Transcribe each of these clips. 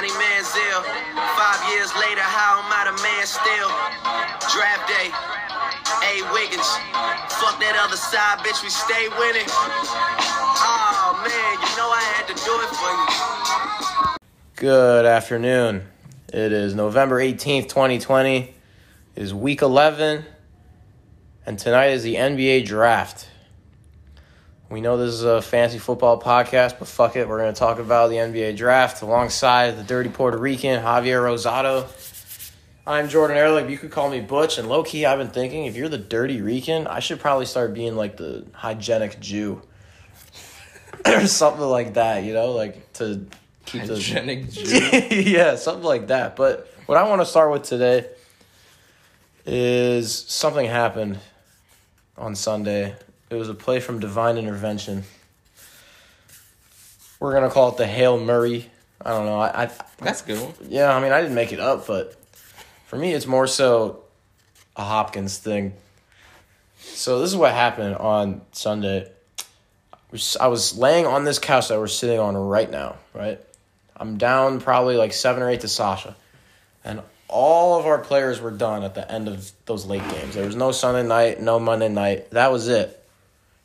Brazil. Five years later, how am I the man still? Draft day. A Wiggins. Fuck that other side, bitch. We stay winning. Oh man, you know I had to do it for you. Good afternoon. It is November 18th, 2020. It is week 11, and tonight is the NBA draft. We know this is a fancy football podcast, but fuck it. We're going to talk about the NBA draft alongside the dirty Puerto Rican, Javier Rosado. I'm Jordan Ehrlich. You could call me Butch. And low key, I've been thinking if you're the dirty Rican, I should probably start being like the hygienic Jew or something like that, you know, like to keep the. Hygienic Jew. yeah, something like that. But what I want to start with today is something happened on Sunday. It was a play from divine intervention. We're gonna call it the Hail Murray. I don't know. I, I That's a good one. yeah. I mean, I didn't make it up, but for me, it's more so a Hopkins thing. So this is what happened on Sunday. I was laying on this couch that we're sitting on right now, right? I'm down probably like seven or eight to Sasha. And all of our players were done at the end of those late games. There was no Sunday night, no Monday night. That was it,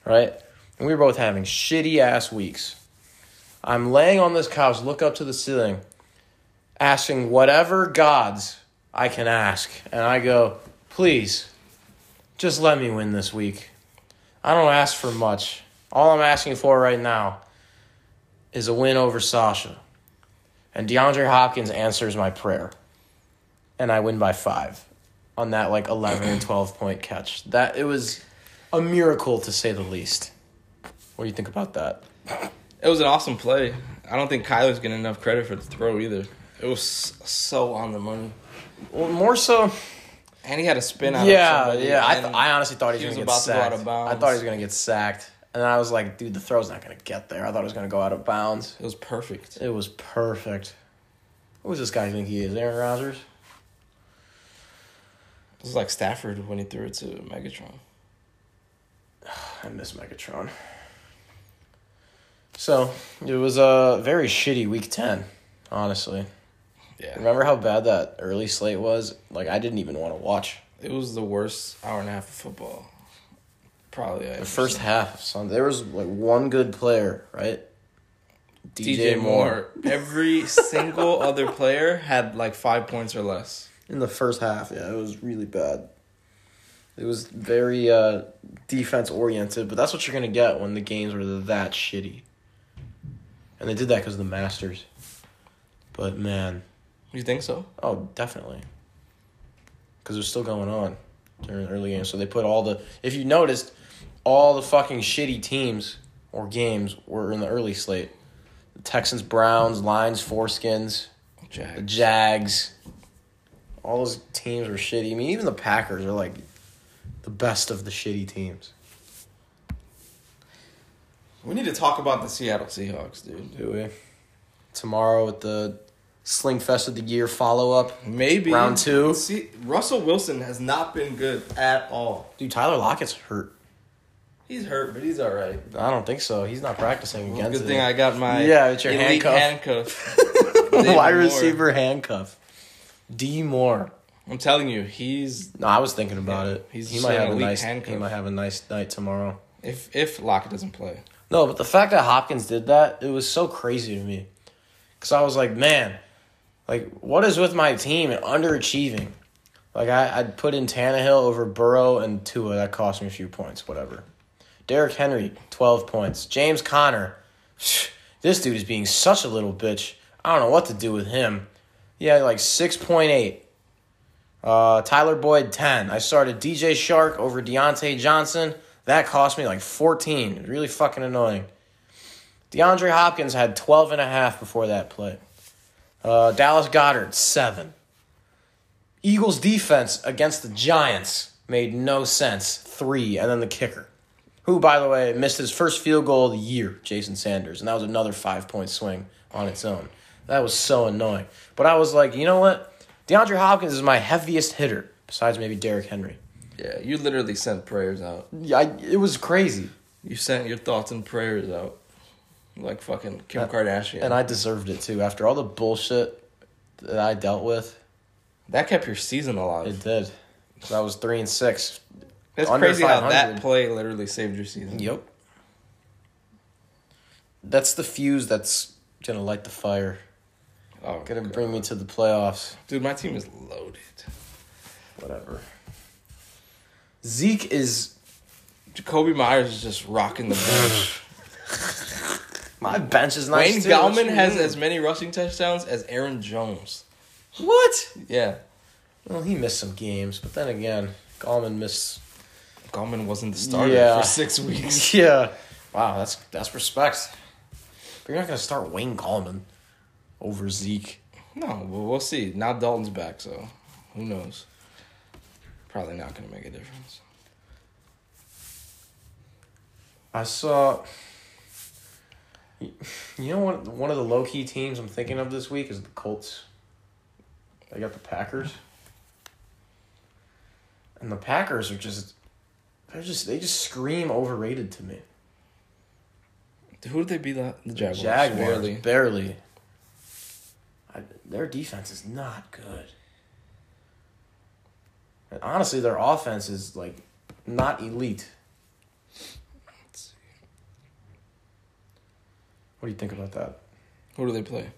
right? And we were both having shitty ass weeks. I'm laying on this couch, look up to the ceiling, asking whatever gods I can ask. And I go, please, just let me win this week. I don't ask for much. All I'm asking for right now is a win over Sasha. And DeAndre Hopkins answers my prayer. And I win by five on that like 11 and 12 point catch. That it was a miracle to say the least. What do you think about that? It was an awesome play. I don't think Kyler's getting enough credit for the throw either. It was s- so on the money, Well, more so and he had a spin out. of Yeah, somebody, yeah. I, th- and I honestly thought he he was, was gonna get about to go out sacked. of I bounds. thought he was gonna get sacked, and I was like, dude, the throw's not gonna get there. I thought it was gonna go out of bounds. it was perfect. It was perfect. Who does this guy think he is? Aaron Rodgers? It was like Stafford when he threw it to Megatron. I miss Megatron. So it was a very shitty week ten, honestly. Yeah, Remember how bad that early slate was? Like I didn't even want to watch it was the worst hour and a half of football. Probably the first half. of Sunday. There was like one good player, right? DJ Moore. Every single other player had like five points or less. In the first half, yeah, it was really bad. It was very uh, defense oriented, but that's what you're gonna get when the games were that shitty. And they did that because of the Masters. But man, You think so? oh, definitely. Because it was still going on during the early games, so they put all the. If you noticed, all the fucking shitty teams or games were in the early slate. The Texans, Browns, Lions, Foreskins the Jack. Jags. All those teams were shitty. I mean, even the Packers are like the best of the shitty teams. We need to talk about the Seattle Seahawks, dude. Do we? Tomorrow with the Sling Fest of the Year follow up. Maybe Round two. See, Russell Wilson has not been good at all. Dude, Tyler Lockett's hurt. He's hurt, but he's all right. I don't think so. He's not practicing Well, against good it. thing I got my Yeah, it's your elite handcuff. David Wide Moore. receiver handcuff. D Moore. I'm telling you, he's No, I was thinking about Yeah, it. he's he just might an have a elite nice. He handcuff. might have a nice night tomorrow. if if Lockett doesn't play, No, but the fact that Hopkins did that, it was so crazy to me. Cause I was like, man, like what is with my team and underachieving? Like I, I'd put in Tannehill over Burrow and Tua, that cost me a few points, whatever. Derrick Henry, twelve points. James Conner, this dude is being such a little bitch. I don't know what to do with him. Yeah, like six point eight. Uh, Tyler Boyd, 10. I started DJ Shark over Deontay Johnson. That cost me like 14. It was really fucking annoying. DeAndre Hopkins had 12 and a half before that play. Uh, Dallas Goddard, 7. Eagles defense against the Giants made no sense. 3. And then the kicker, who, by the way, missed his first field goal of the year, Jason Sanders. And that was another five point swing on its own. That was so annoying. But I was like, you know what? DeAndre Hopkins is my heaviest hitter, besides maybe Derrick Henry. yeah, you literally sent prayers out. Yeah, I, it was crazy. You sent your thoughts and prayers out, like fucking Kim Kardashian. And I deserved it too. After all the bullshit that I dealt with, That kept your season alive. it did. So I was three and six. That's Under crazy how 500. that play literally saved your season. Yep. That's the fuse that's gonna light the fire. Oh, Gonna God. bring me to the playoffs. Dude, my team is loaded. Whatever. Zeke is Jacoby Myers is just rocking the bench. my bench is nice. Wayne too. What Gallman you has mean? as many rushing touchdowns as Aaron Jones. mm. what? Yeah. Well, he missed some games, but then again, Gallman missed. Gallman wasn't the starter Yeah. for six weeks. Yeah. Wow, that's that's respect. But you're not gonna start Wayne Gallman over Zeke. No, but we'll see. Now Dalton's back, so who knows? Probably not going to make a difference. I saw. You know what? One of the low key teams I'm thinking of this week is the Colts. They got the Packers, and the Packers are just, they're just they just scream overrated to me. Who did they beat? The, the Jaguars. Jaguars barely. Barely. I, their defense is not good. And honestly, their offense is like not elite. What do you think about that? Who do they play?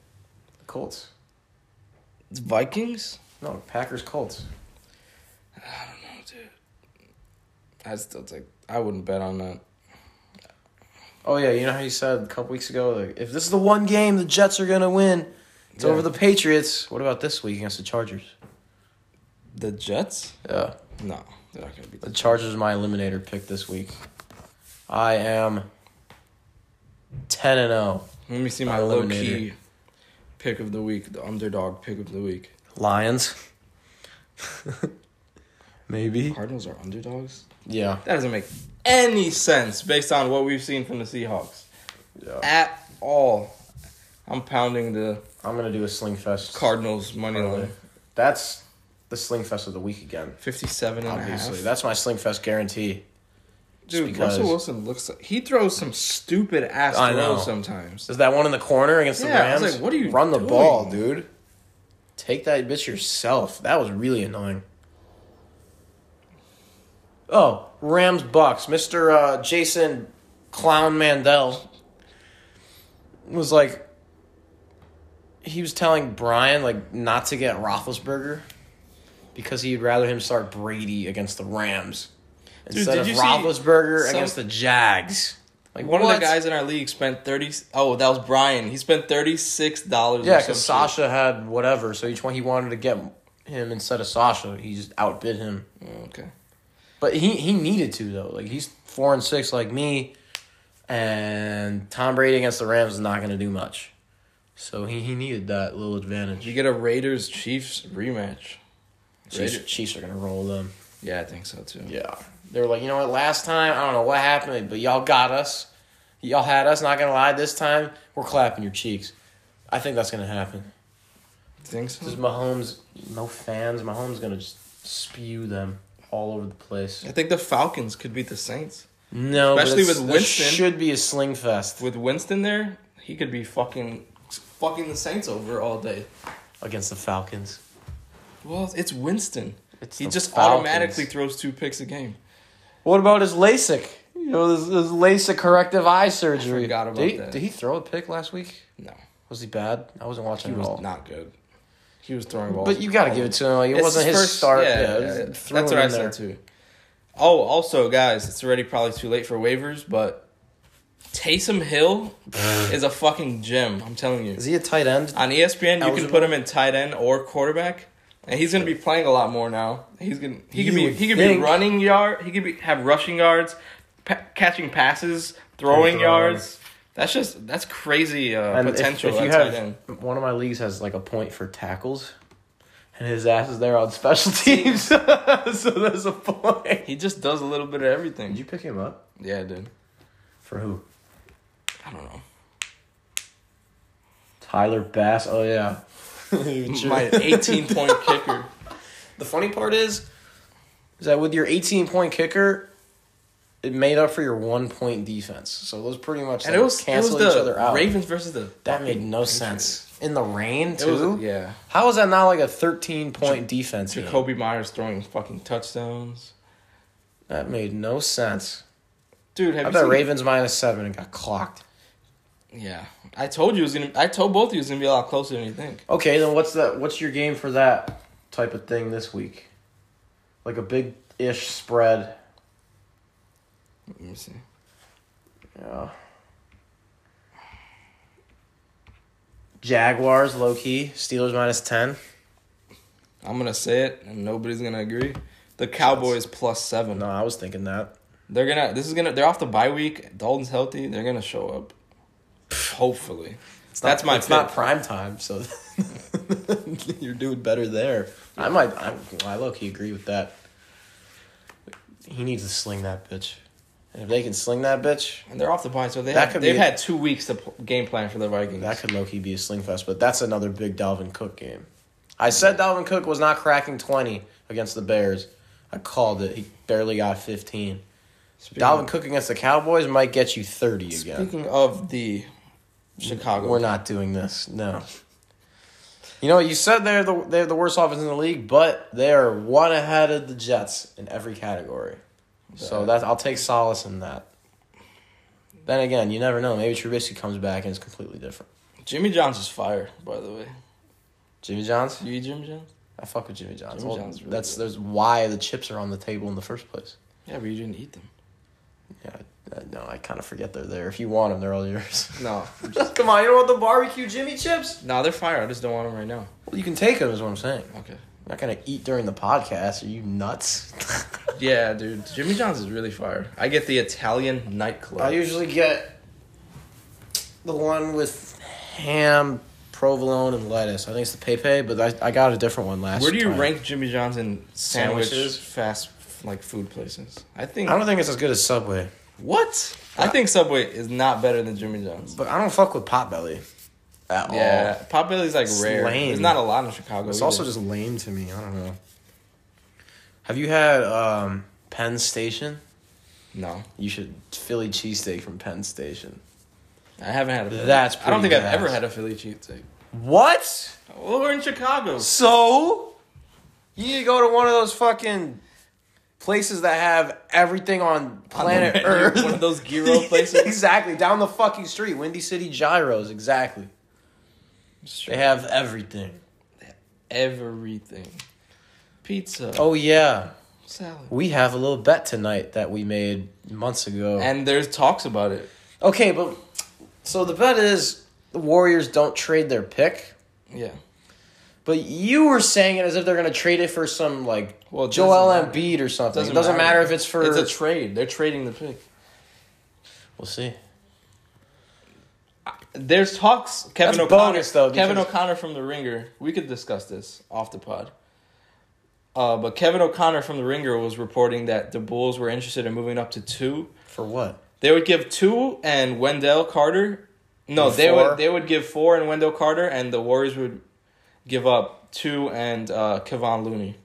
The Colts? It's Vikings? No, Packers Colts. No, Oh, dude. I still take. I wouldn't bet on that. Oh yeah, you know how you said a couple weeks ago, like, if this is the one game the Jets are gonna win, it's Yeah. over the Patriots. What about this week against the Chargers? The Jets? Yeah. No, they're not going to beat The the Chargers are my eliminator pick this week. I am ten and oh. zero. Let me see my Eliminator. low key pick of the week, the underdog pick of the week. Lions. Maybe. Cardinals are underdogs? Yeah. That doesn't make any sense based on what we've seen from the Seahawks yeah. at all. I'm pounding the I'm gonna do a sling fest. Cardinals money line. That's the sling fest of the week again. 57 and Obviously, a half. that's my sling fest guarantee. Dude, because- Russell Wilson looks like he throws some stupid ass I know. throws sometimes. Is that one in the corner against the Yeah, I Rams? was like, what are you run the doing? ball, dude? Take that bitch yourself. That was really annoying. Oh, Rams Bucks. Mister uh, Jason Clown Mandel was like, he was telling Brian like not to get Roethlisberger because he'd rather him start Brady against the Rams instead did of you see Roethlisberger some- against the Jags. Like One of what? the guys in our league spent 30 Oh, that was Brian. He spent $36 Yeah, or some because Sasha had whatever, so each one he wanted to get him instead of Sasha. He just outbid him, shit. Oh, Okay. but he he needed to though. Like he's four and six, like me, and Tom Brady against the Rams is not going to do much. So he, he needed that little advantage. You get a Raiders Chiefs rematch. Chiefs, Raiders- Chiefs are going to roll them. Yeah, I think so too. Yeah, they were like, you know what? Last time I don't know what happened, but y'all got us. Y'all had us. Not gonna lie, this time we're clapping your cheeks. I think that's gonna happen. Think so? Because Mahomes, no fans. Mahomes gonna just spew them all over the place. I think the Falcons could beat the Saints. No, Especially especially with with Winston. should be a sling fest With Winston there, he could be fucking fucking the Saints over all day. against the Falcons. Well, it's Winston. It's he the just Falcons. automatically throws two picks a game. What about his LASIK? You know, his, his LASIK corrective eye surgery. forgot about did he, that. Did he throw a pick last week? No, Was he bad? I wasn't watching he at all. was not good. He was throwing balls. but you got to give it to him. Like, it wasn't his first- start. Yeah, yeah, yeah. that's what I said too. Oh, also, guys, it's already probably too late for waivers, but Taysom Hill is a fucking gem. I'm telling you. Is he a tight end? On E ESPN, you can Eligible? put him in tight end or quarterback, and he's going to be playing a lot more now. He's going to he could You be would he could be think. running yard. He could be have rushing yards, pa- catching passes, throwing. throwing yards. That's just that's crazy uh, And if- potential If, you at have tight end. one of my leagues has like a point for tackles, and his ass is there on special teams, so there's a point. He just does a little bit of everything. Did you pick him up yeah, dude. for who? I don't know. Tyler Bass. Oh yeah. My 18 point kicker. the funny part is, is that with your 18 point kicker, it made up for your one point defense. So those pretty much And like, it was, it was canceled each other the out. Ravens versus the. that made no Patriots. sense. In the rain It was, too. yeah. How is that not like a thirteen point defense? game? Jacoby Myers throwing fucking touchdowns. That made no sense. Dude, have I you bet seen? Ravens minus seven and got clocked. yeah, I told you it was gonna. I told both of you it was gonna be a lot closer than you think. Okay, then what's that? What's your game for that type of thing this week? Like a big ish spread. Let me see. Yeah. Jaguars low key. Steelers minus ten. I'm gonna say it, and nobody's gonna agree. The Cowboys plus seven. No, I was thinking that. They're gonna. This is gonna. They're off the bye week. Dalton's healthy. They're gonna show up. Hopefully, that's my. It's pick. not prime time, so you're doing better there. I might. I, I low key agree with that. He needs to sling that bitch, and if they can sling that bitch, And they're off the bye, so they That have, could they've be- had two weeks to pl- game plan for the Vikings. That could low key be a sling fest, but that's another big Dalvin Cook game. I said Dalvin Cook was not cracking 20 against the Bears. I called it. He barely got 15. Speaking- Dalvin Cook against the Cowboys might get you 30 again. Speaking of the Chicago, We're not doing this. No. You know, you said they're the, they're the worst offense in the league, but they are one ahead of the Jets in every category. So that I'll take solace in that. Then again, you never know. Maybe Trubisky comes back and it's completely different. Jimmy John's is fire. By the way, Jimmy Johns? you eat Jimmy John's? I fuck with Jimmy John's. Jimmy Well, John's really that's good. that's why the chips are on the table in the first place. Yeah, but you didn't eat them. Yeah, I, I, no, I kind of forget they're there. If you want them, they're all yours. No, Come on, you don't want the barbecue Jimmy chips? no, they're fire. I just don't want them right now. Well, you can take them, is what I'm saying. Okay. I'm not gonna eat during the podcast. Are you nuts? Yeah, dude, Jimmy John's is really fire. I get the Italian nightclub. I usually get the one with ham, provolone, and lettuce. I think it's the Pepe, but I, I got a different one last. Where do you time. rank Jimmy John's in sandwich Sandwiches? fast like food places? I think I don't think it's as good as Subway, what? I think Subway is not better than Jimmy John's. but I don't fuck with Potbelly at all. Yeah, Potbelly's like It's rare. lame. There's not a lot in Chicago. It's either. also just lame to me. I don't know. Have you had um, Penn Station? no. You should Philly cheesesteak from Penn Station. I haven't had a. Philly. That's I don't think pretty I've ever gas. had a Philly cheesesteak. What? Well, we're in Chicago. So you need to go to one of those fucking places that have everything on planet menu, Earth. one of those gyro places? exactly. Down the fucking street, Windy City Gyros. Exactly. They have everything. everything. Pizza, Oh yeah, salad, we have a little bet tonight that we made months ago. and there's talks about it. Okay, but so the bet is the Warriors don't trade their pick. Yeah, But you were saying it as if they're going to trade it for some like Well, it doesn't Joel matter. Embiid or something. it doesn't matter. if it's for It's a trade. They're trading the pick. we'll see. There's talks. Kevin That's O'Connor, bogus, though, Kevin because- O'Connor from the Ringer. We could discuss this off the pod. Uh, but Kevin O'Connor from the Ringer was reporting that the Bulls were interested in moving up to two. For what? They would give two and Wendell Carter. No, And they four? would they would give four and Wendell Carter, and the Warriors would give up two and uh, Kevon Looney.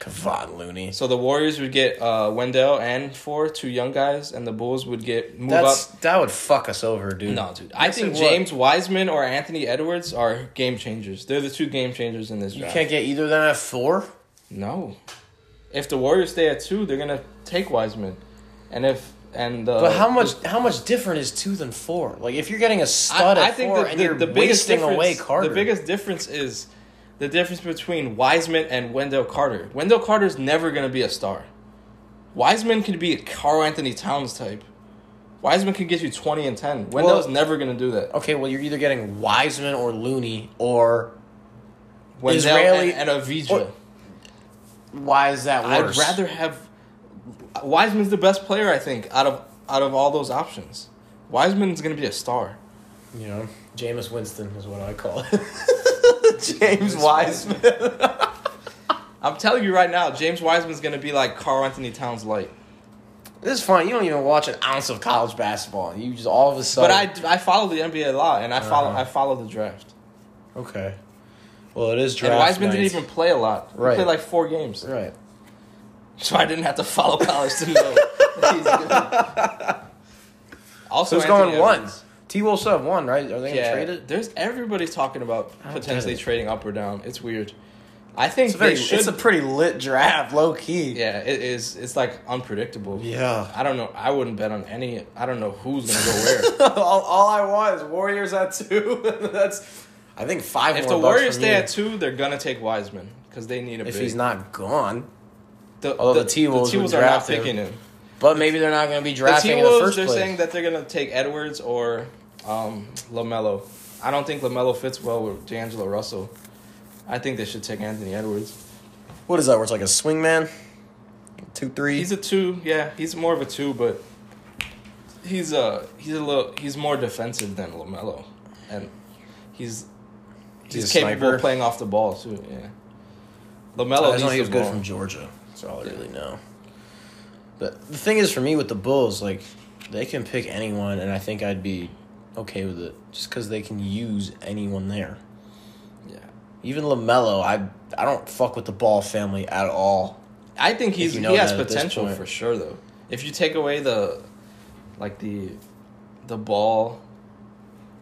Kevon Looney. So the Warriors would get uh, Wendell and four, two young guys, and the Bulls would get move That's up. that would fuck us over, dude. No, dude. I Yes, it think would. James Wiseman or Anthony Edwards are game changers. They're the two game changers in this You draft. can't get either of them at four. No, if the Warriors stay at two, they're gonna take Wiseman, and if and uh, But how much how much different is two than four? Like if you're getting a stud at four and you're wasting difference- away Carter. The biggest difference is the difference between Wiseman and Wendell Carter. Wendell Carter's never going to be a star. Wiseman could be a Carl Anthony Towns type. Wiseman could get you 20 and 10. Wendell's Well- uh, never going to do that. Okay, well you're either getting Wiseman or Looney or Wendell Israeli- and, and Avija. Or- why is that I'd worse? rather have Wiseman's the best player I think out of out of all those options. Wiseman's going to be a star. You know, Jameis Winston is what I call it. James Wiseman. I'm telling you right now, James Wiseman's going to be like Carl Anthony Towns light. This is fun. You don't even watch an ounce of college basketball. You just all of a sudden. But I, I follow the NBA a lot, and I follow Uh-huh. I follow the draft. I. Okay. Well, it is draft. and Wiseman night. didn't even play a lot. He Right. played like four games. Right. so I didn't have to follow college to know what he's doing. Also, Who's Anthony going one? Edwards. T Wolves still have one, right? Are they gonna Yeah, trade it? there's everybody's talking about don't potentially get it. trading up or down. It's weird. I think It's a, very, they should. it's a pretty lit draft, low key. yeah, it is. It's like unpredictable. Yeah. I don't know. I wouldn't bet on any. I don't know who's gonna go where. all, all I want is Warriors at two. That's I think five. if more bucks the Warriors from stay you. at two, they're gonna take Wiseman because they need a. if big. he's not gone, the, although the T-Wolves T-Wolves would are not draft him. picking him. but maybe they're not going to be The drafting in the T-Wolves, first they're place. saying that they're gonna take Edwards or um, Lamelo. I don't think Lamelo fits well with D'Angelo Russell. I think they should take Anthony Edwards. what is that? Where it's like a swingman, two three. He's a two, yeah. He's more of a two, but he's a he's a little he's more defensive than Lamelo, and he's he's, He's a capable sniper. of playing off the ball too. Yeah, I Lamelo just know needs he was the good ball. from Georgia. That's all I really know. But the thing is, for me with the Bulls, like they can pick anyone, and I think I'd be okay with it, just because they can use anyone there. yeah. Even Lamelo, I I don't fuck with the Ball family at all. I think he's you know he has that at this potential point. for sure though. If you take away the like the the ball,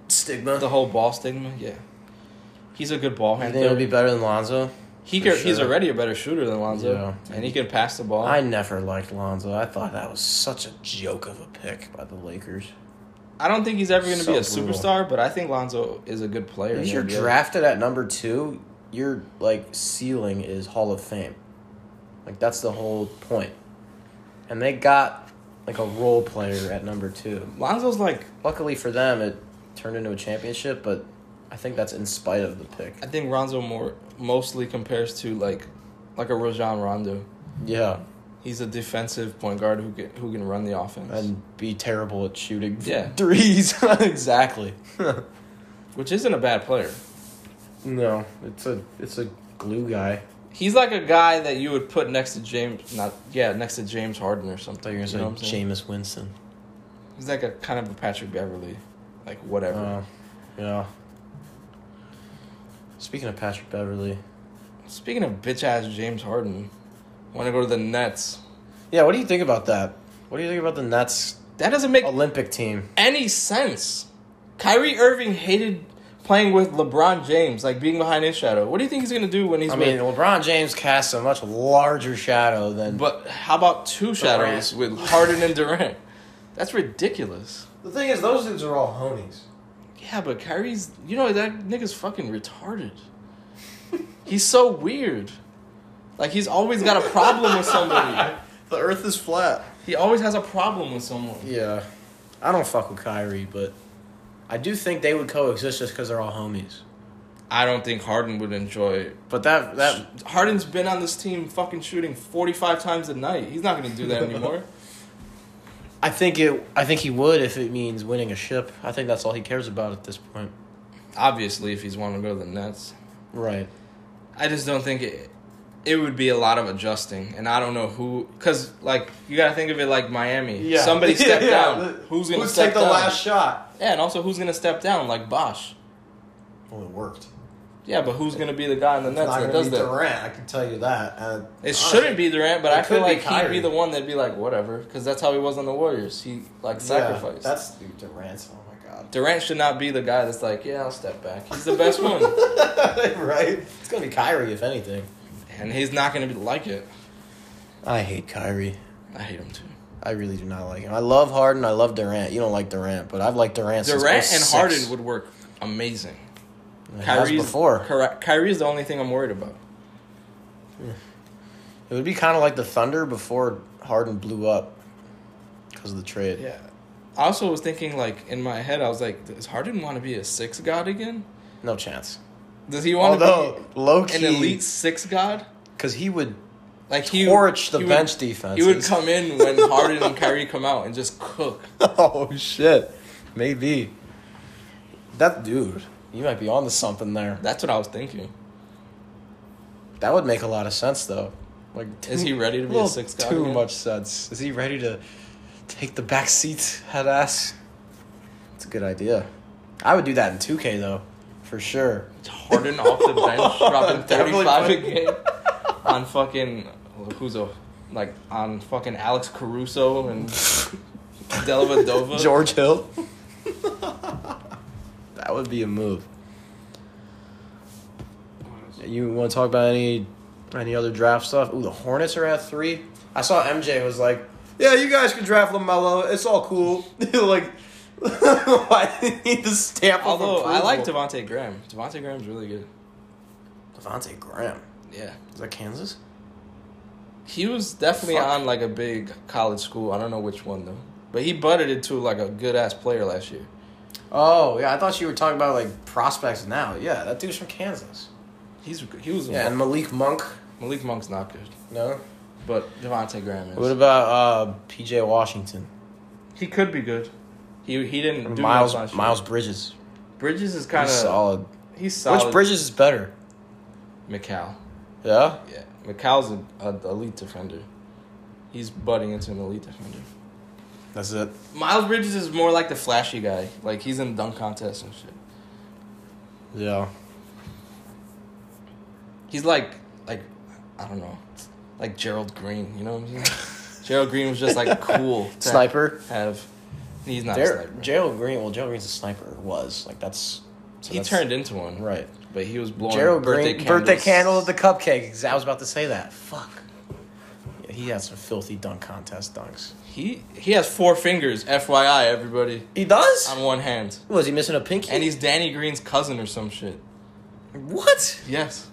Stigma. the whole ball stigma, yeah. He's a good ball You think it'll handler. be better than Lonzo? he for could, he's sure. already a better shooter than Lonzo, Yeah. and he can pass the ball. I never liked Lonzo. I thought that was such a joke of a pick by the Lakers. I don't think he's ever going to be a So brutal. superstar, but I think Lonzo is a good player. If in you're the NBA. drafted at number two, your like ceiling is Hall of Fame. Like that's the whole point. And they got like a role player at number two. Lonzo's like Luckily for them, it turned into a championship, but I think that's in spite of the pick. I think Lonzo more mostly compares to like like a Rajon Rondo. Yeah, He's a defensive point guard who can, who can run the offense, and be terrible at shooting Yeah. threes. exactly. which isn't a bad player. no, it's a it's a glue guy. He's like a guy that you would put next to James, not yeah, next to James Harden or something. thought you were know gonna what I'm say saying? Jameis Winston. He's like a kind of a Patrick Beverly, like whatever. Uh, yeah. Speaking of Patrick Beverly. Speaking of bitch ass James Harden, want to go to the Nets? Yeah, what do you think about that? What do you think about the Nets That doesn't make Olympic team? any sense. Kyrie Irving hated playing with LeBron James, like being behind his shadow. What do you think he's gonna do when he's? I mean, with, LeBron James casts a much larger shadow than. but how about two shadows with Harden and Durant? That's ridiculous. the thing is, those dudes are all honies. Yeah, but Kyrie's, you know, that nigga's fucking retarded. he's so weird. Like he's always got a problem with somebody. The Earth is flat. He always has a problem with someone. Yeah, I don't fuck with Kyrie, but I do think they would coexist just because they're all homies. I don't think Harden would enjoy But that that that Harden's been on this team fucking shooting 45 times a night. He's not going to do that anymore. I think it. I think he would if it means winning a ship. I think that's all he cares about at this point. Obviously, if he's wanting to go to the Nets. Right. I just don't think it it would be a lot of adjusting and I don't know who cuz like you got to think of it like Miami. Somebody step down. Who's going to step down? shot? yeah, and also who's going to step down like Bosch. Well, it worked. Yeah, but who's going to be the guy in the Nets that does that? Durant. I can tell you that. And It shouldn't be Durant, but It I feel could be like he'd Kyrie. be the one that'd be like whatever cuz that's how he was on the Warriors. He like sacrificed. that's dude, Durant's. Oh my god. Durant should not be the guy that's like, yeah, I'll step back. He's the best one, right. It's gonna be Kyrie if anything. and he's not gonna be like it. I hate Kyrie. I hate him too. I really do not like him. I love Harden. I love Durant. You don't like Durant, but I've liked Durant. Durant and since 06. Harden would work amazing. It has before. Correct. Kyrie is the only thing I'm worried about. It would be kind of like the Thunder before Harden blew up because of the trade. Yeah. I also was thinking like in my head, I was like, does Harden want to be a six god again? No chance. Does he want Although to low be an elite key, six god? because he would Like he torch the he would- bench defense. He would come in when Harden and Kyrie come out and just cook. oh shit, maybe. That dude, you might be onto something there. That's what I was thinking. That would make a lot of sense though. Like, Is he ready to be little a six god? Too again? much sense. Is he ready to take the back seat, head ass? It's a good idea. I would do that in 2K though, for sure. Harden off the bench, dropping Definitely 35 a put- game on fucking who's a like on fucking Alex Caruso and Delavadova. George Hill. that would be a move. You want to talk about any any other draft stuff? Ooh, the Hornets are at three. I saw MJ was like, "Yeah, you guys can draft Lamelo. It's all cool." like, why do you need the stamp? of Although I like approval? Devonte Graham. Devonte Graham's really good. Devontae Graham. Yeah, Is that Kansas? he was definitely Fuck. on like a big college school. I don't know which one though, but he butted it to like a good ass player last year. Oh yeah, I thought you were talking about like prospects now. Yeah, that dude's from Kansas. He's he was Yeah, and Malik Monk. Malik Monk's not good, No. but Devonte Graham is. What about uh, P.J. Washington? he could be good. He he didn't do Miles much last year. Miles Bridges. Bridges is kind He's of solid. He's solid. Which Bridges is better? McCall. Yeah. Yeah, McCall's an elite defender. He's butting into an elite defender. That's it. Miles Bridges is more like the flashy guy. Like he's in dunk contests and shit. Yeah. He's like like I don't know, like Gerald Green. You know what I mean? Gerald Green was just like cool to Sniper. Have he's not a There, sniper. Gerald Green. Well, Gerald Green's a sniper. Was like that's. so he that's- turned into one, right. But he was blowing Gerald birthday Green candles. birthday candle of the cupcake. I was about to say that. Fuck. Yeah, he had some filthy dunk contest dunks. He he has four fingers. FYI, everybody, He does. on one hand, was he missing a pinky? and he's Danny Green's cousin or some shit. what? Yes.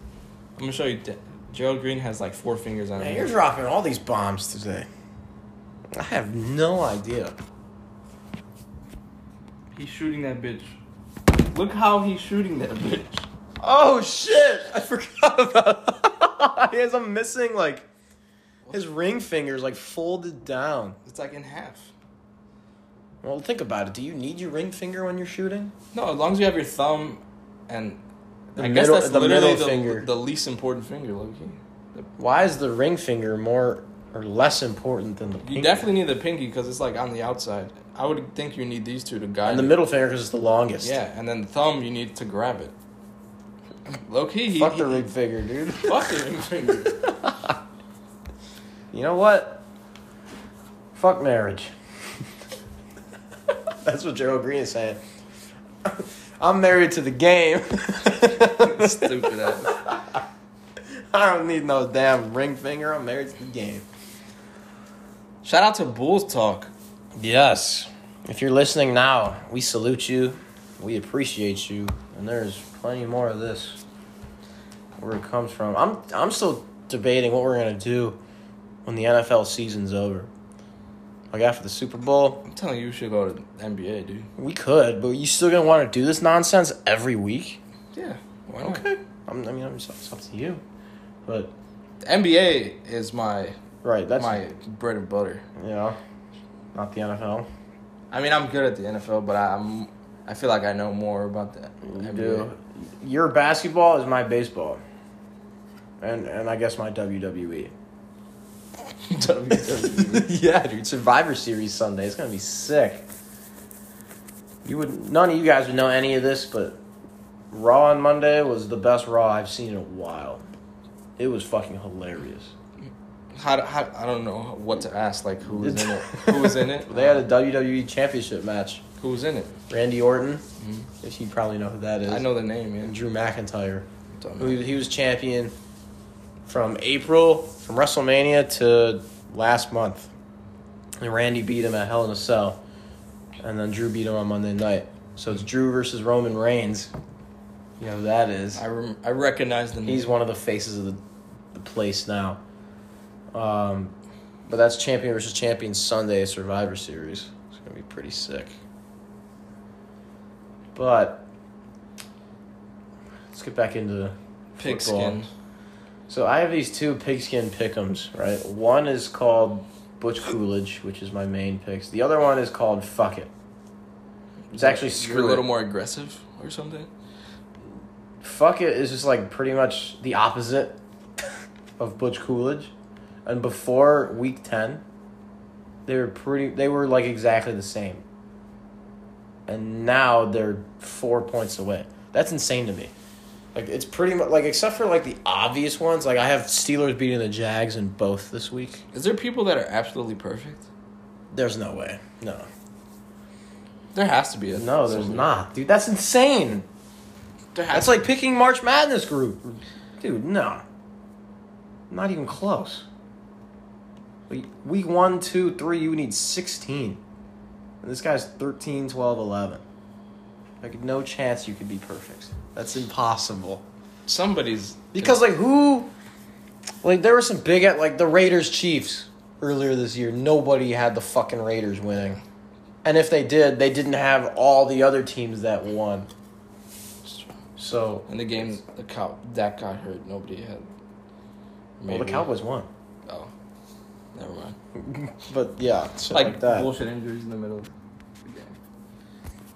I'm gonna show you. Da- Gerald Green has like four fingers on Man, him. you're dropping all these bombs today. I have no idea. He's shooting that bitch. Look how he's shooting that bitch. Oh shit! I forgot about. he has. I'm missing like his ring fingers, like folded down. It's like in half. Well, think about it. Do you need your ring finger when you're shooting? No, as long as you have your thumb and The I middle- guess that's the literally middle the, finger. the least important finger, Loki. Why is the ring finger more or less important than the You pinky? definitely need the pinky because it's like on the outside. I would think you need these two to guide. and the it. middle finger because it's the longest. Yeah, and then the thumb you need to grab it. Low key, he, Fuck he, the ring finger, dude. Fuck the ring finger. You know what? Fuck marriage. That's what Gerald Green is saying. I'm married to the game. Stupid ass. I don't need no damn ring finger. I'm married to the game. Shout out to Bulls Talk. Yes. If you're listening now, we salute you. We appreciate you. And there's plenty more of this where it comes from. I'm I'm still debating what we're gonna do when the NFL season's over. Like after the Super Bowl. I'm telling you, you should go to NBA, dude. We could, but you still gonna wanna do this nonsense every week? Yeah. Why not? Okay. I'm, I mean I'm, it's up to you. But The NBA is my right, that's my bread and butter. you know, not the NFL. I mean, I'm good at the NFL, but I'm I feel like I know more about that. You do. Your basketball is my baseball. And and I guess my E. WWE. WWE. yeah, dude. Survivor Series Sunday. It's gonna be sick. You would none of you guys would know any of this, but Raw on Monday was the best Raw I've seen in a while. It was fucking hilarious. how, do- how I don't know what to ask. Like who was in it? It's- Who was in it? They had a WWE Championship match. who was in it? Randy Orton, if you probably know who that is. Mm-hmm. I know the name. Yeah. Drew McIntyre. Don't know. who he was champion from April from WrestleMania to last month. And Randy beat him at Hell in a Cell, and then Drew beat him on Monday night. So it's Drew versus Roman Reigns. You know who that is. I rem- I recognize the name. He's one of the faces of the, the place now. Um, but that's champion versus champion Sunday Survivor Series. It's gonna be pretty sick. But let's get back into pigskin. so I have these two pigskin pickums, right? One is called Butch Coolidge, which is my main picks. The other one is called Fuck It. It's actually You're screw a little it. more aggressive or something. Fuck It is just like pretty much the opposite of Butch Coolidge. And before week 10, they were pretty they were like exactly the same. And now they're 4 points away. That's insane to me. Like it's pretty much like except for like the obvious ones. Like I have Steelers beating the Jags in both this week. Is there people that are absolutely perfect? There's no way. No. There has to be. A No, there's somebody. not, dude. That's insane. There has That's like picking March Madness group, dude. No. Not even close. Like, Week one, two, three. You need sixteen, and this guy's 13, 12, 11. Like no chance you could be perfect. That's impossible. somebody's Because like who like there were some big at like the Raiders Chiefs earlier this year. Nobody had the fucking Raiders winning. And if they did, they didn't have all the other teams that won. So in the game the cow that got hurt. Nobody had. well, the Maybe. Cowboys won. Oh, never mind. But yeah, shit Like, like, that. bullshit injuries in the middle. of the game.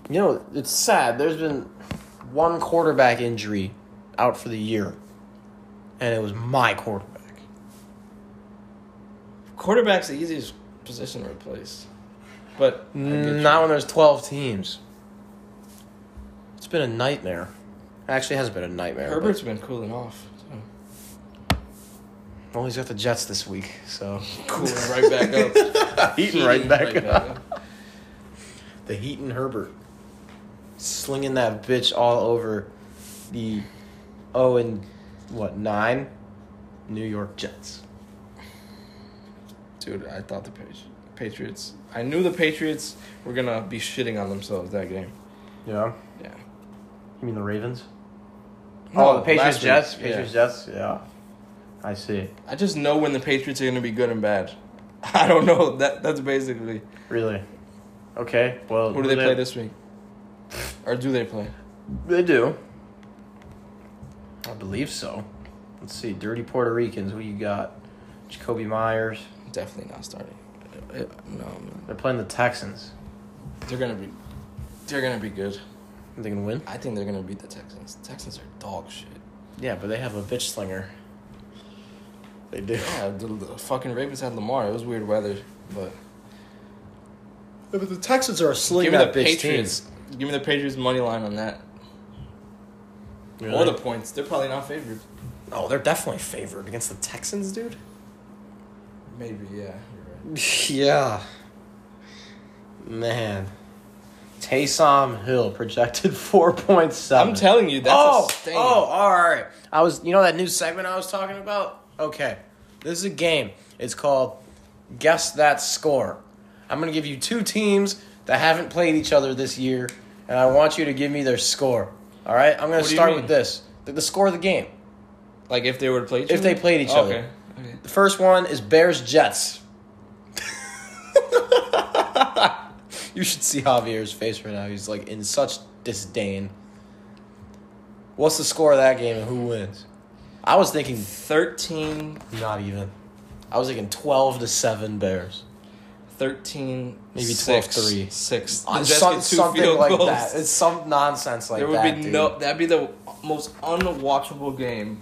You know, it's sad. There's been one quarterback injury out for the year. And it was my quarterback. Quarterback's the easiest position to replace, but I get you. Not when there's 12 teams. It's been a nightmare. Actually, it hasn't been a nightmare. but- Herbert's been cooling off. so. Well, he's got the Jets this week, so Cooling right back up. heating right back up. The Heat and Herbert slinging that bitch all over the oh and what nine New York Jets. Dude, I thought the Patri- Patriots. I knew the Patriots were gonna be shitting on themselves that game. Yeah, Yeah. you mean the Ravens? No, oh, the Patriots last week, Jets. yeah. Patriots Jets. Yeah, I see. I just know when the Patriots are gonna be good and bad. I don't know. That that's basically. Really? Okay. Well, Who do they play this week? Or do they play? They do. I believe so. Let's see, dirty Puerto Ricans. Who you got? Jacoby Myers. Definitely not starting. Uh, uh, No, man. They're playing the Texans. they're gonna be. They're gonna be good. They can win. I think they're gonna beat the Texans. Texans are dog shit. Yeah, but they have a bitch slinger. They do. Yeah, the, the fucking Ravens had Lamar. It was weird weather, but But the Texans are a sling give me the Patriots. Give me the Patriots money line on that, or the points. They're probably not favored. oh, they're definitely favored against the Texans, dude. Maybe, yeah. You're right. yeah. Man. Taysom Hill projected four point seven. I'm telling you, that's oh, a stain. oh, all right. I was, you know, that new segment I was talking about. Okay, this is a game. It's called Guess That Score. I'm gonna give you two teams that haven't played each other this year, and I want you to give me their score. All right, I'm gonna What do you start mean? with this: the, the score of the game. Like if they were to play each If other? they played each Okay, other. okay. The first one is Bears Jets. you should see Javier's face right now. He's like in such disdain. What's the score of that game and who wins? I was thinking Thirteen, not even. I was thinking 12 to 7 Bears. thirteen, Maybe six, 12-3. six. The Uh, Jets some- get two something field like goals. that. It's some nonsense like there would that. be dude. no. That'd be the most unwatchable game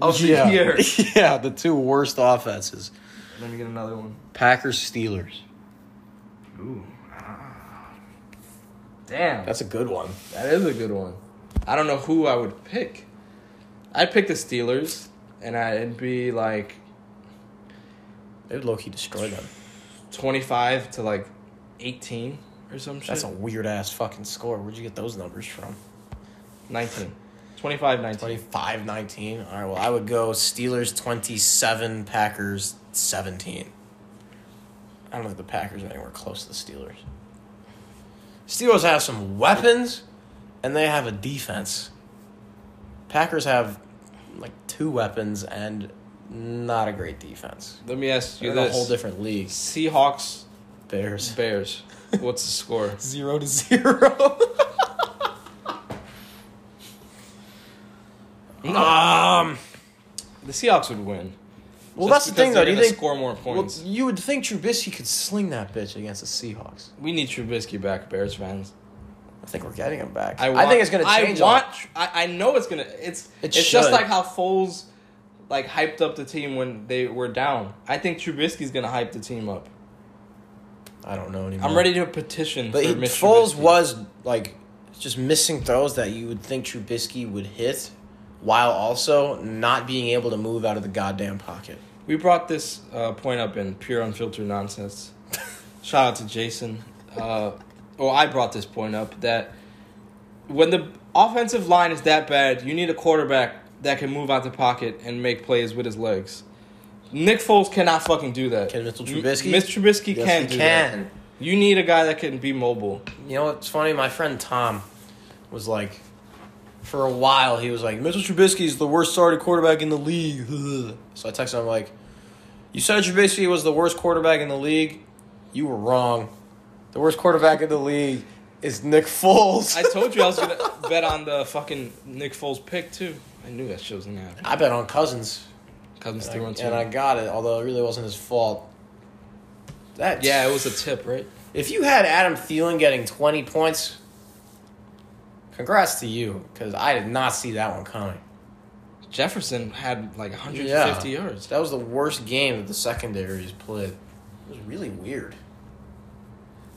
of the yeah. year. yeah, the two worst offenses Let me get another one. Packers, Steelers. Ooh. Damn. That's a good one. That is a good one. I don't know who I would pick. I'd pick the Steelers, and I'd be like They would low key destroy them. 25 to like 18 or some shit. That's a weird ass fucking score. Where'd you get those numbers from? 19. 25 19. 25 19. All right, well, I would go Steelers 27, Packers 17. I don't think the Packers are anywhere close to the Steelers. Steelers have some weapons and they have a defense. Packers have like two weapons and not a great defense. Let me ask you They're in a this. whole different league. Seahawks Bears. Bears. What's the score? Zero to zero. um. The Seahawks would win. Well, that's Just the because thing, though. they're Do you gonna think score more Well, points? you would think Trubisky could sling that bitch against the Seahawks. we need Trubisky back, Bears fans. I think we're getting him back. I, I, want, think it's going to change. I want. I, I know it's gonna. It's. It it's just should. like how Foles, like hyped up the team when they were down. I think Trubisky's gonna hype the team up. I don't know anymore. I'm ready to petition But for he, Mitch Foles Trubisky. was like just missing throws that you would think Trubisky would hit while also not being able to move out of the goddamn pocket. We brought this uh, point up in pure unfiltered nonsense. Shout out to Jason. Uh, well, I brought this point up that when the offensive line is that bad, you need a quarterback that can move out the pocket and make plays with his legs. Nick Foles cannot fucking do that. Can Mitchell M- Trubisky? Mitch Trubisky Yes, can he do can. that. You need a guy that can be mobile. You know what's funny? My friend Tom was like, for a while, he was like, Mitchell Trubisky is the worst starting quarterback in the league. Ugh. So I texted him, I'm like, You said Trubisky was the worst quarterback in the league? You were wrong. The worst quarterback in the league is Nick Foles. I told you I was gonna bet on the fucking Nick Foles pick too. I knew that shit was gonna happen. I bet on Cousins, Cousins and threw I, one and I got it, although it really wasn't his fault. That Yeah, it was a tip, right? If you had Adam Thielen getting 20 points, congrats to you, because I did not see that one coming. Jefferson had like 150 yards. That was the worst game that the secondaries played. It was really weird.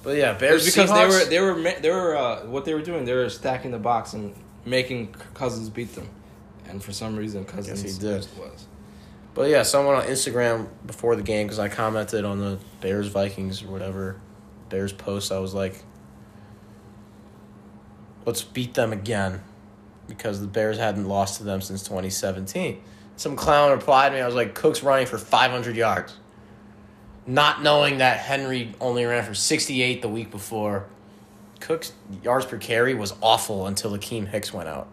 But yeah, It Bears was because Seahawks, they were they were ma- they were uh, what they were doing. They were stacking the box and making Cousins beat them, and for some reason Cousins he did. was. But yeah, someone on Instagram before the game because I commented on the Bears Vikings or whatever Bears post. I was like, "Let's beat them again," because the Bears hadn't lost to them since twenty seventeen. Some clown replied to me. I was like, "Cook's running for five hundred yards," not knowing that Henry only ran for sixty eight the week before. Cook's yards per carry was awful until Akeem Hicks went out.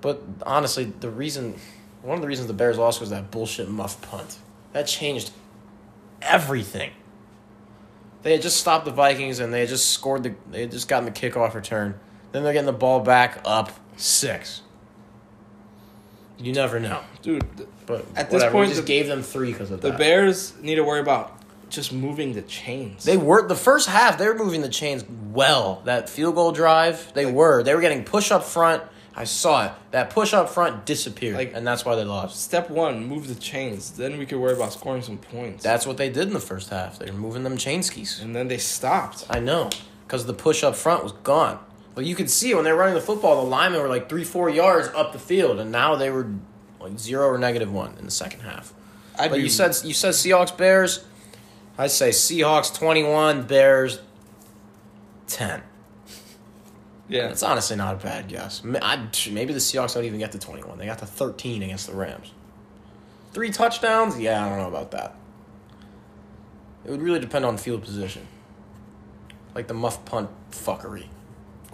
But honestly, the reason, one of the reasons the Bears lost was that bullshit muff punt. That changed everything. They had just stopped the Vikings and they had just scored the, they had just gotten the kickoff return. Then they're getting the ball back up six. You never know. Dude, th- But At this whatever. point, we just the- gave them three because of the that. Bears need to worry about just moving the chains. They were the first half. They were moving the chains well. That field goal drive, they were. They were getting push up front. I saw it. That push up front disappeared, Like- and that's why they lost. Step one, move the chains. Then we could worry about scoring some points. That's what they did in the first half. They were moving them chain skis. and then they stopped. I know, because the push up front was gone. But you could see when they were running the football, the linemen were like three, four yards up the field, and now they were like zero or negative one in the second half. I'd But be- you said you said Seahawks Bears. I say Seahawks twenty one, Bears ten. yeah, That's honestly not a bad guess. M- I- maybe the Seahawks don't even get to twenty one. They got to thirteen against the Rams. Three touchdowns? Yeah, I don't know about that. It would really depend on field position. Like the muff punt fuckery.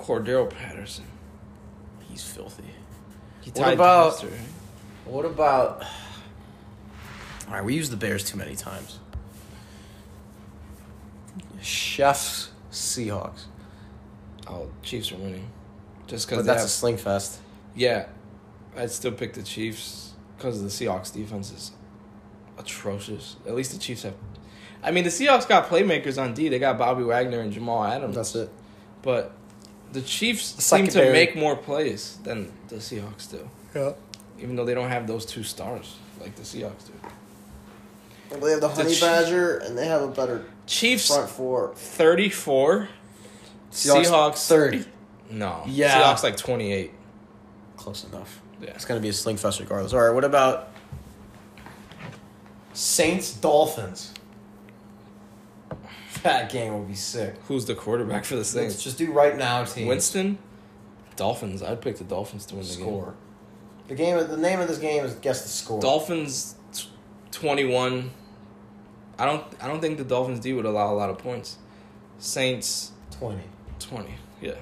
Cordero Patterson. He's filthy. He What tied about- Dexter, right? What about. Alright, we used the Bears too many times. Chefs, Seahawks. Oh, Chiefs are winning. Just But because that's a sling fest. yeah, I'd still pick the Chiefs because the Seahawks defense is atrocious. At least the Chiefs have. I mean, the Seahawks got playmakers on D. They got Bobby Wagner and Jamal Adams. That's it. But the Chiefs seem to secondary. make more plays than the Seahawks do, Yeah. even though they don't have those two stars like the Seahawks do. Well, they have the Honey Ch- Badger, and they have a better Chiefs four. 34, Seahawks, 30. No. Yeah. Seahawks like 28. Close enough. Yeah. It's going to be a sling fest regardless. All right, what about Saints Dolphins? That game will be sick. Who's the quarterback for the Saints? Let's just do right now, team. Winston, Dolphins. I'd pick the Dolphins to win the game. score. The game. The name of this game is guess the score. Dolphins, t- twenty-one. I don't. I don't think the Dolphins D would allow a lot of points. Saints, Twenty. twenty. Yeah,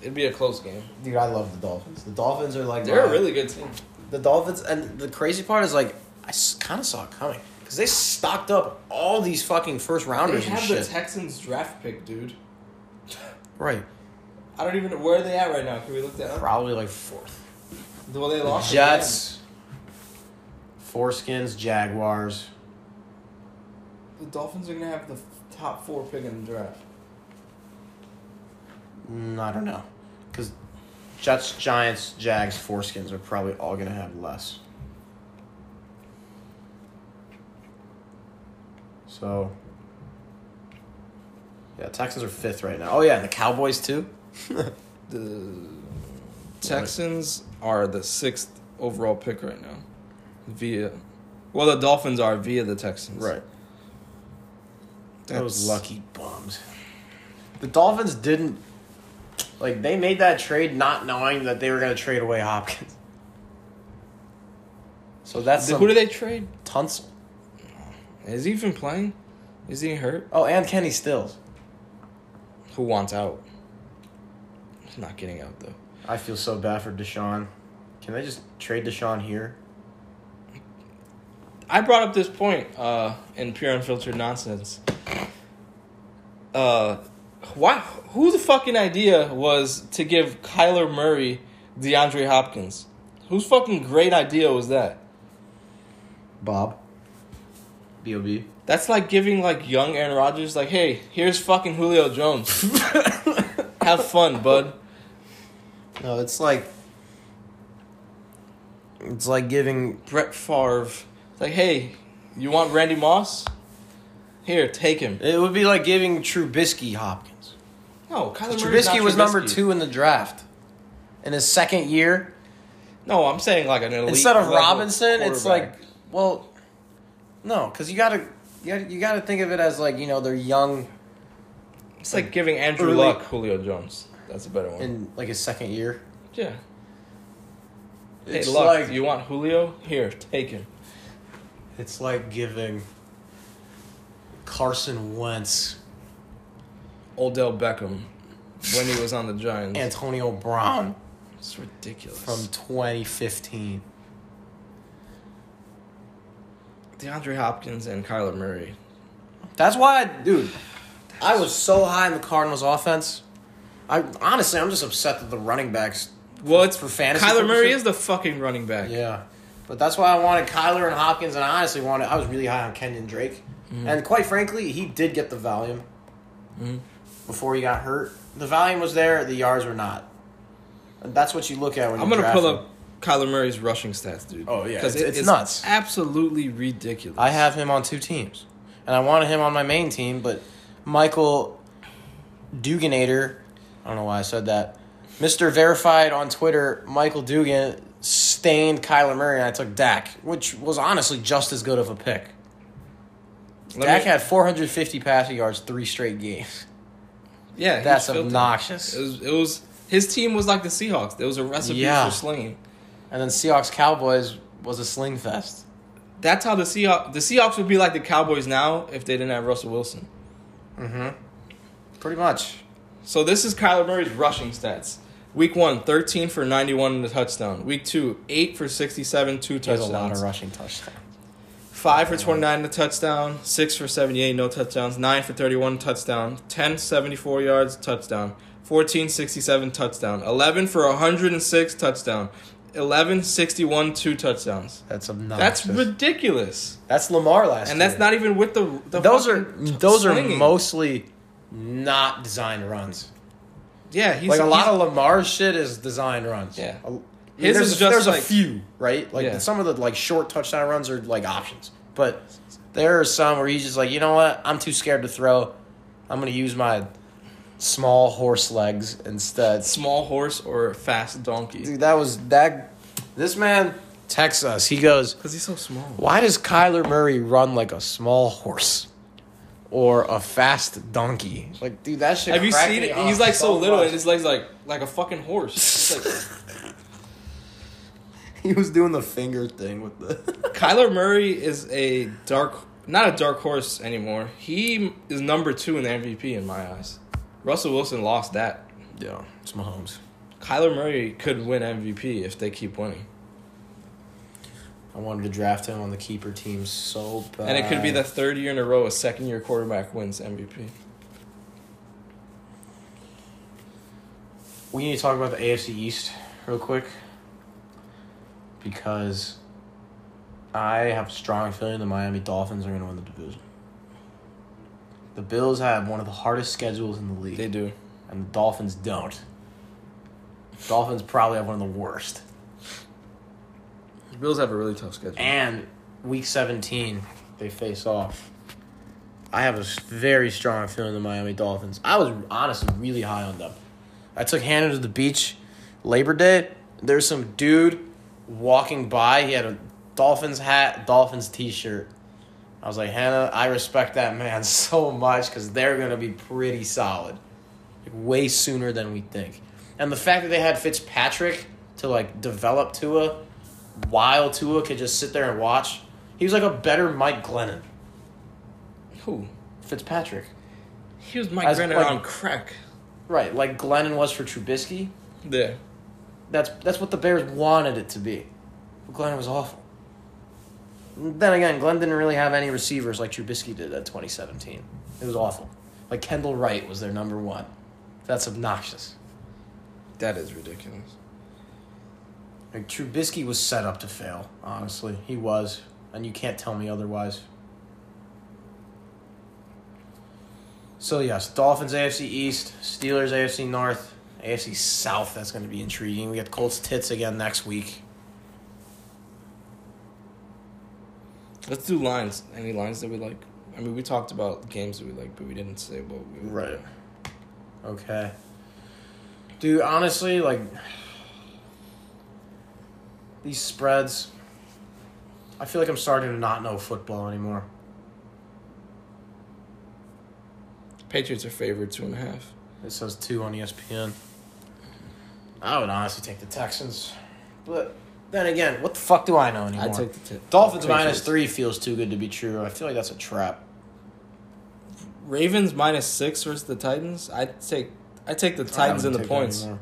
it'd be a close game. Dude, I love the Dolphins. The Dolphins are like They're a my- really good team. the Dolphins. And the crazy part is like I kind of saw it coming because they stocked up all these fucking first They rounders and have the shit. Texans draft pick, dude. right. I don't even know where are they at right now. Can we look that up? Probably like fourth. Well, they lost. Jets. Foreskins, Jaguars. again. The Dolphins are gonna have the f- top four pick in the draft. Mm, I don't know. Because Jets, Giants, Jags, Foreskins are probably all going to have less. So. Yeah, Texans are fifth right now. Oh, yeah, and the Cowboys, too? The Texans are the sixth overall pick right now, via. Well, the Dolphins are via the Texans. Right. Those That's- lucky bums. The Dolphins didn't like they made that trade not knowing that they were gonna trade away Hopkins. So that's Who do they trade? Tunsil. Is he even playing? Is he hurt? Oh, and Kenny Stills. Who wants out? He's not getting out though. I feel so bad for Deshaun. Can they just trade Deshaun here? I brought up this point uh, in pure unfiltered nonsense. Uh, why? Who the fucking idea was to give Kyler Murray DeAndre Hopkins? Whose fucking great idea was that? Bob. B O B. That's like giving like young Aaron Rodgers like, hey, here's fucking Julio Jones. Have fun, bud. No, it's like it's like giving Brett Favre. It's like, hey, you want Randy Moss? Here, take him. it would be like giving Trubisky Hopkins. No, Kyler Murray's Trubisky not was number Trubisky. two in the draft. In his second year, No, I'm saying like an elite instead of level Robinson, it's quarterback. like, well, no, because you gotta, you gotta, you gotta think of it as like you know they're young It's like giving Andrew Early- Luck Julio Jones. That's a better one. in like his second year. yeah. Hey, It's Luck, like you want Julio? Here, take him. it's like giving Carson Wentz, Odell Beckham when he was on the Giants. Antonio Brown it's ridiculous. from 2015. DeAndre Hopkins and Kyler Murray. That's why, I, dude, I was so high in the Cardinals offense. I honestly, I'm just upset that the running backs. Well, it's for fantasy Kyler Murray purposes? is the fucking running back. Yeah, but that's why I wanted Kyler and Hopkins, and I honestly wanted. I was really high on Kenyon Drake, and quite frankly, he did get the volume Mm-hmm. before he got hurt. The volume was there, the yards were not. And that's what you look at when I'm you're gonna pull drafting. up Kyler Murray's rushing stats, dude. Oh, yeah, 'Cause it's- it's nuts. Absolutely ridiculous. I have him on two teams, and I wanted him on my main team, but Michael Duganator, I don't know why I said that. Mr. Verified on Twitter, Michael Dugan stained Kyler Murray, and I took Dak, which was honestly just as good of a pick. Let Dak me- had 450 passing yards three straight games. yeah, he That's was filthy. obnoxious. It was, it was his team was like the Seahawks. It was a recipe Yeah. for slinging. And then Seahawks Cowboys was a sling fest. That's how the Seahawks the Seahawks would be like the Cowboys now if they didn't have Russell Wilson. Pretty much. So this is Kyler Murray's rushing stats. Week one, 13 for 91 and a touchdown. Week two, 8 for 67, two He has a lot touchdowns. of rushing touchdowns. 5 for 29 and a touchdown. 6 for 78, no touchdowns. 9 for 31, touchdown. 10, 74 yards, touchdown. 14, 67, touchdown. 11 for 106, touchdown. 11, 61, two touchdowns. That's obnoxious. That's Oh, That's, ridiculous. Lamar last And that's year. not even with the, the Those are fucking those are slinging. mostly not designed runs. Yeah, he's Like a lot he's- of Lamar's shit is designed runs. Yeah. A- His there's is a- just there's like- a few, right? Like Yeah. some of the like short touchdown runs are like options, but there are some where he's just like, you know what? I'm too scared to throw. I'm gonna use my small horse legs instead. small horse or fast donkey. Dude, that was that. This man texts us. He goes, Because he's so small. "Why does Kyler Murray run like a small horse?" Or a fast donkey, like dude, that shit. Have you cracked seen me it? up He's like so, little, much. and his legs like like a fucking horse. It's like, He was doing the finger thing with the. Kyler Murray is a dark, not a dark horse anymore. He is number two in the MVP in my eyes. Russell Wilson lost that. yeah, it's Mahomes. Kyler Murray could win MVP if they keep winning, I wanted to draft him on the keeper team so bad. and it could be the third year in a row a second year quarterback wins MVP. We need to talk about the AFC East real quick because I have a strong feeling the Miami Dolphins are going to win the division. The Bills have one of the hardest schedules in the league, They do. and the Dolphins don't. Dolphins probably have one of the worst. The Bills have a really tough schedule. and week 17 they face off i have a s- very strong feeling the miami dolphins i was honestly really high on them i took hannah to the beach Labor Day, there's some dude walking by. He had a Dolphins hat, Dolphins t shirt. I was like, Hannah, I respect that man so much because they're going to be pretty solid. Like, way sooner than we think. And the fact that they had Fitzpatrick to like develop Tua while Tua could just sit there and watch, he was like a better Mike Glennon. Who? Fitzpatrick. He was Mike As- Brenner like- on crack. Right, like Glennon was for Trubisky. Yeah. That's that's what the Bears wanted it to be. But Glenn was awful. Then again, Glenn didn't really have any receivers like Trubisky did at 2017. It was awful. Like Kendall Wright was their number one. That's obnoxious. That is ridiculous. Like Trubisky was set up to fail. Honestly, he was, and you can't tell me otherwise. So yes, Dolphins AFC East, Steelers AFC North, AFC South. That's going to be intriguing. We got Colts tits again next week. Let's do lines. Any lines that we like? I mean, we talked about games that we like, but we didn't say what we Right. Okay. Dude, honestly, like these spreads, I feel like I'm starting to not know football anymore. Patriots are favored two and a half. It says two on E ESPN. I would honestly take the Texans, but then again, what the fuck do I know anymore? I take the tip. Dolphins minus three feels too good to be true. I feel like that's a trap. Ravens minus six versus the Titans. I take I take the I wouldn't Titans and the take that points. anymore.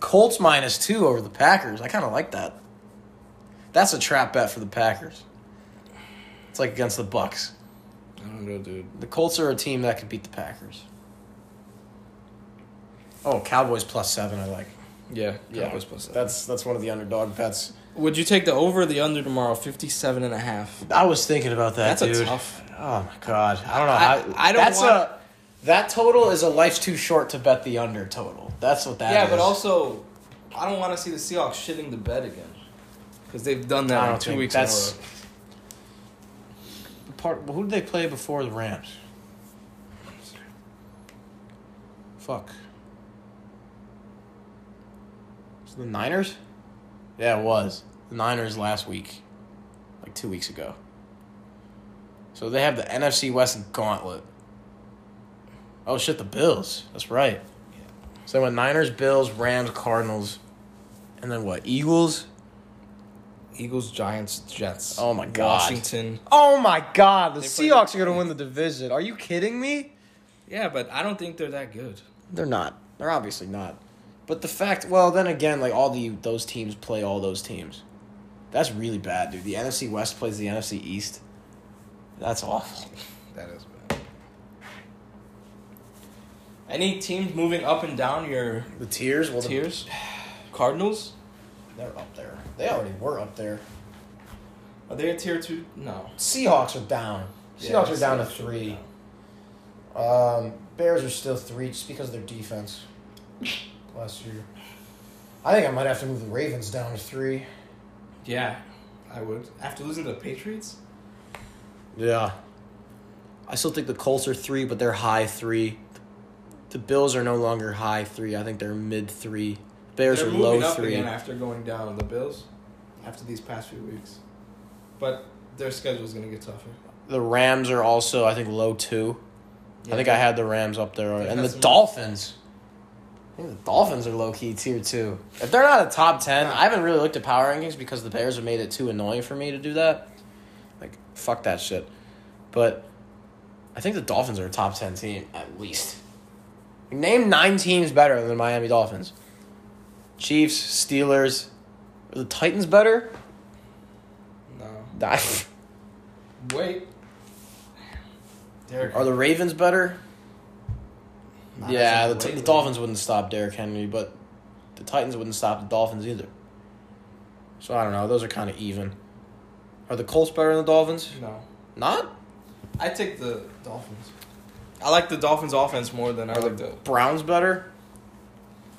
Colts minus two over the Packers. I kind of like that. That's a trap bet for the Packers. It's like against the Bucks. I don't know, dude. The Colts are a team that could beat the Packers. Oh, Cowboys plus seven. I like. Yeah, Cowboys plus seven. That's that's one of the underdog bets. Would you take the over or the under tomorrow? 57 and a half. I was thinking about that. That's a dude. tough- Oh my god. I don't know. I- how, I don't That's want- a. That total is a life's too short to bet the under total. That's what that is. yeah, but also, I don't want to see the Seahawks shitting the bed again. Because they've done that I in don't two think weeks that's- in a row. Part, who did they play before the Rams? Fuck. Was it the Niners? Yeah, it was. The Niners last week. Like two weeks ago. So they have the NFC West gauntlet. Oh shit, the Bills. That's right. So they went Niners, Bills, Rams, Cardinals. And then what? Eagles? Eagles, Giants, Jets. Oh my God. Washington. Oh my god, the play Seahawks are gonna win the division. Are you kidding me? Yeah, but I don't think they're that good. They're not. They're obviously not. But the fact, well, then again, like all the those teams play all those teams. That's really bad, dude. The NFC West plays the NFC East. That's awful. That is bad. Any teams moving up and down your The tiers, well, the- tiers? Cardinals? they're up there. They already were up there. Are they a tier two? No. Seahawks are down. Seahawks are down to three. Um, Bears are still three just because of their defense last year. I think I might have to move the Ravens down to three. Yeah, I would. After losing to the Patriots? Yeah. I still think the Colts are three, but they're high three. The Bills are no longer high three. I think they're mid three. Bears They're are low moving up three. again after going down the Bills, after these past few weeks, but their schedule is going to get tougher. The Rams are also, I think, low two. I think I had the Rams up there. think And the that's the- Dolphins. I think the Dolphins are low key tier two. If they're not a top ten, I haven't really looked at power rankings because the Bears have made it too annoying for me to do that. Like, fuck that shit. But I think the Dolphins are a top ten team, at least. Name nine teams better than the Miami Dolphins. Chiefs, Steelers, are the Titans better? no. Are Wait. Derek. the Ravens better? Not Yeah, the, as t- of the late. Dolphins wouldn't stop Derrick Henry, but the Titans wouldn't stop the Dolphins either. So I don't know. Those are kind of even. Are the Colts better than the Dolphins? No, Not. I take the Dolphins. I like the Dolphins' offense more than I like the Browns better.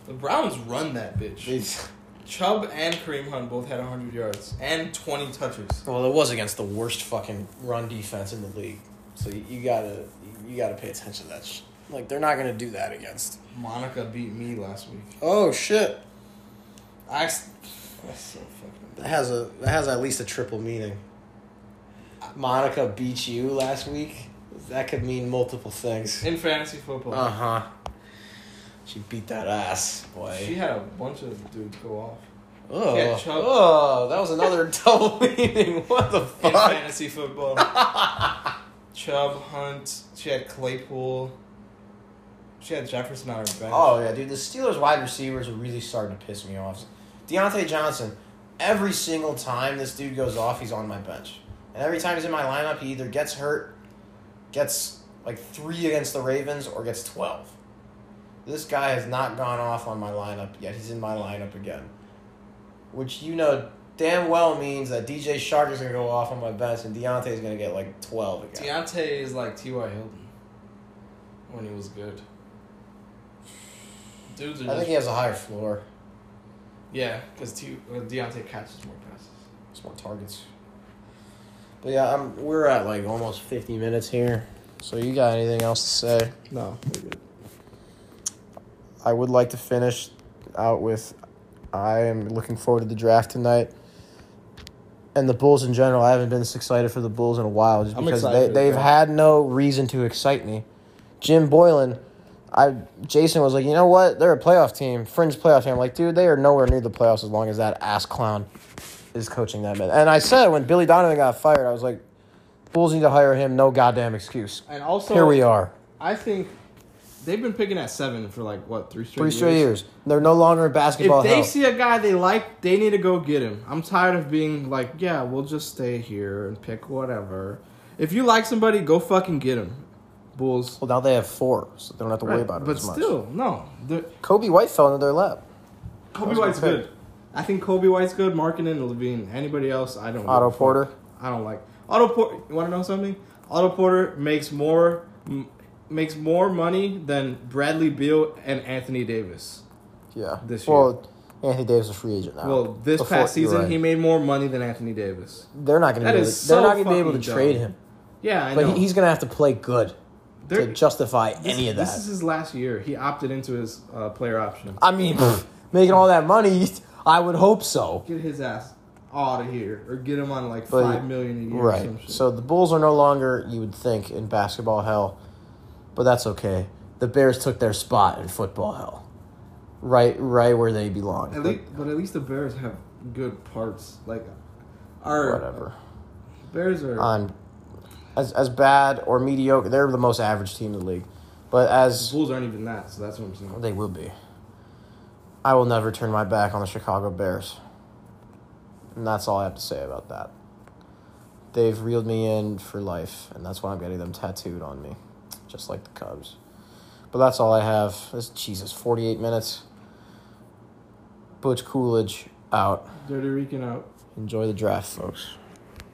the Browns. Run that bitch. well, Chubb and Kareem Hunt both had 100 yards and 20 touches. it was against the worst fucking run defense in the league, so you, you gotta you gotta pay attention to that. Sh- like they're not gonna do that against. Monica beat me last week. Oh shit! I. s- That's so fucking. That has a that has at least a triple meaning. Monica beat you last week. That could mean multiple things. In fantasy football, Uh huh. She beat that ass, she boy. had a bunch of dudes go off. Oh, Yeah, Chuck- oh, that was another double meaning. What the In fuck? fantasy football, Chubb Hunt. She had Claypool. She had Jefferson on her bench. Oh yeah, dude. The Steelers wide receivers are really starting to piss me off. Deontay Johnson. Every single time this dude goes off, he's on my bench, and every time he's in my lineup, he either gets hurt, gets like three against the Ravens, or gets twelve. This guy has not gone off on my lineup yet. He's in my lineup again, which you know damn well means that DJ Shark is gonna go off on my bench, and Deontay is gonna get like twelve again. Deontay is like T.Y. Hilton when he was good. Dudes are I think just, he has a higher floor. yeah, because T- uh, Deontay catches more passes. It's more targets. But yeah, I'm, we're at like almost 50 minutes here. So you got anything else to say? No, I would like to finish out with I am looking forward to the draft tonight. And the Bulls in general, I haven't been this excited for the Bulls in a while just I'm because excited they, for the they've draft. had no reason to excite me. Jim Boylan, I Jason was like, you know what? They're a playoff team, fringe playoff team. I'm like, dude, they are nowhere near the playoffs as long as that ass clown is coaching that man. And I said when Billy Donovan got fired, I was like, Bulls need to hire him, no goddamn excuse. and also Here we are. I think they've been picking at seven for like what three straight Three straight years. They're no longer in basketball. If they hell. see a guy they like, they need to go get him. I'm tired of being like, yeah, we'll just stay here and pick whatever. If you like somebody, go fucking get him. Bulls. Well, now they have four, so they don't have to worry about it but as much. still, no. They're- Kobe White fell into their lap. Kobe was my White's pick. good. I think Kobe White's good. Markin and Levine. Anybody else, I don't. give Otto a fuck. Porter. I don't like Otto Porter. You want to know something? Otto Porter makes more m- makes more money than Bradley Beal and Anthony Davis. Yeah. This Well, Anthony Davis is a free agent now. Well, this Oh, Before- past you're season, right. he made more money than Anthony Davis. they're not going to That be able to, is they're so not going to be able to fucking trade dumb. him. Yeah, I But know. he- he's going to have to play good They're- to justify this- any of that. This is his last year. He opted into his uh, player option. I mean, pff, making all that money, I would hope so. Get his ass out of here, or get him on like But- five million a year. Or Right. some shit. So the Bulls are no longer, you would think, in basketball hell, but that's okay. The Bears took their spot in football hell, right, right where they belong. At But least, but at least the Bears have good parts. Like, our whatever. Bears are. on as as bad or mediocre. They're the most average team in the league, but as Bulls aren't even that, so that's what I'm saying. they will be. I will never turn my back on the Chicago Bears. And that's all I have to say about that. They've reeled me in for life, and that's why I'm getting them tattooed on me, just like the Cubs. But that's all I have. This Jesus, 48 minutes. Butch Coolidge out. Dirty Rican out. Enjoy the draft, folks.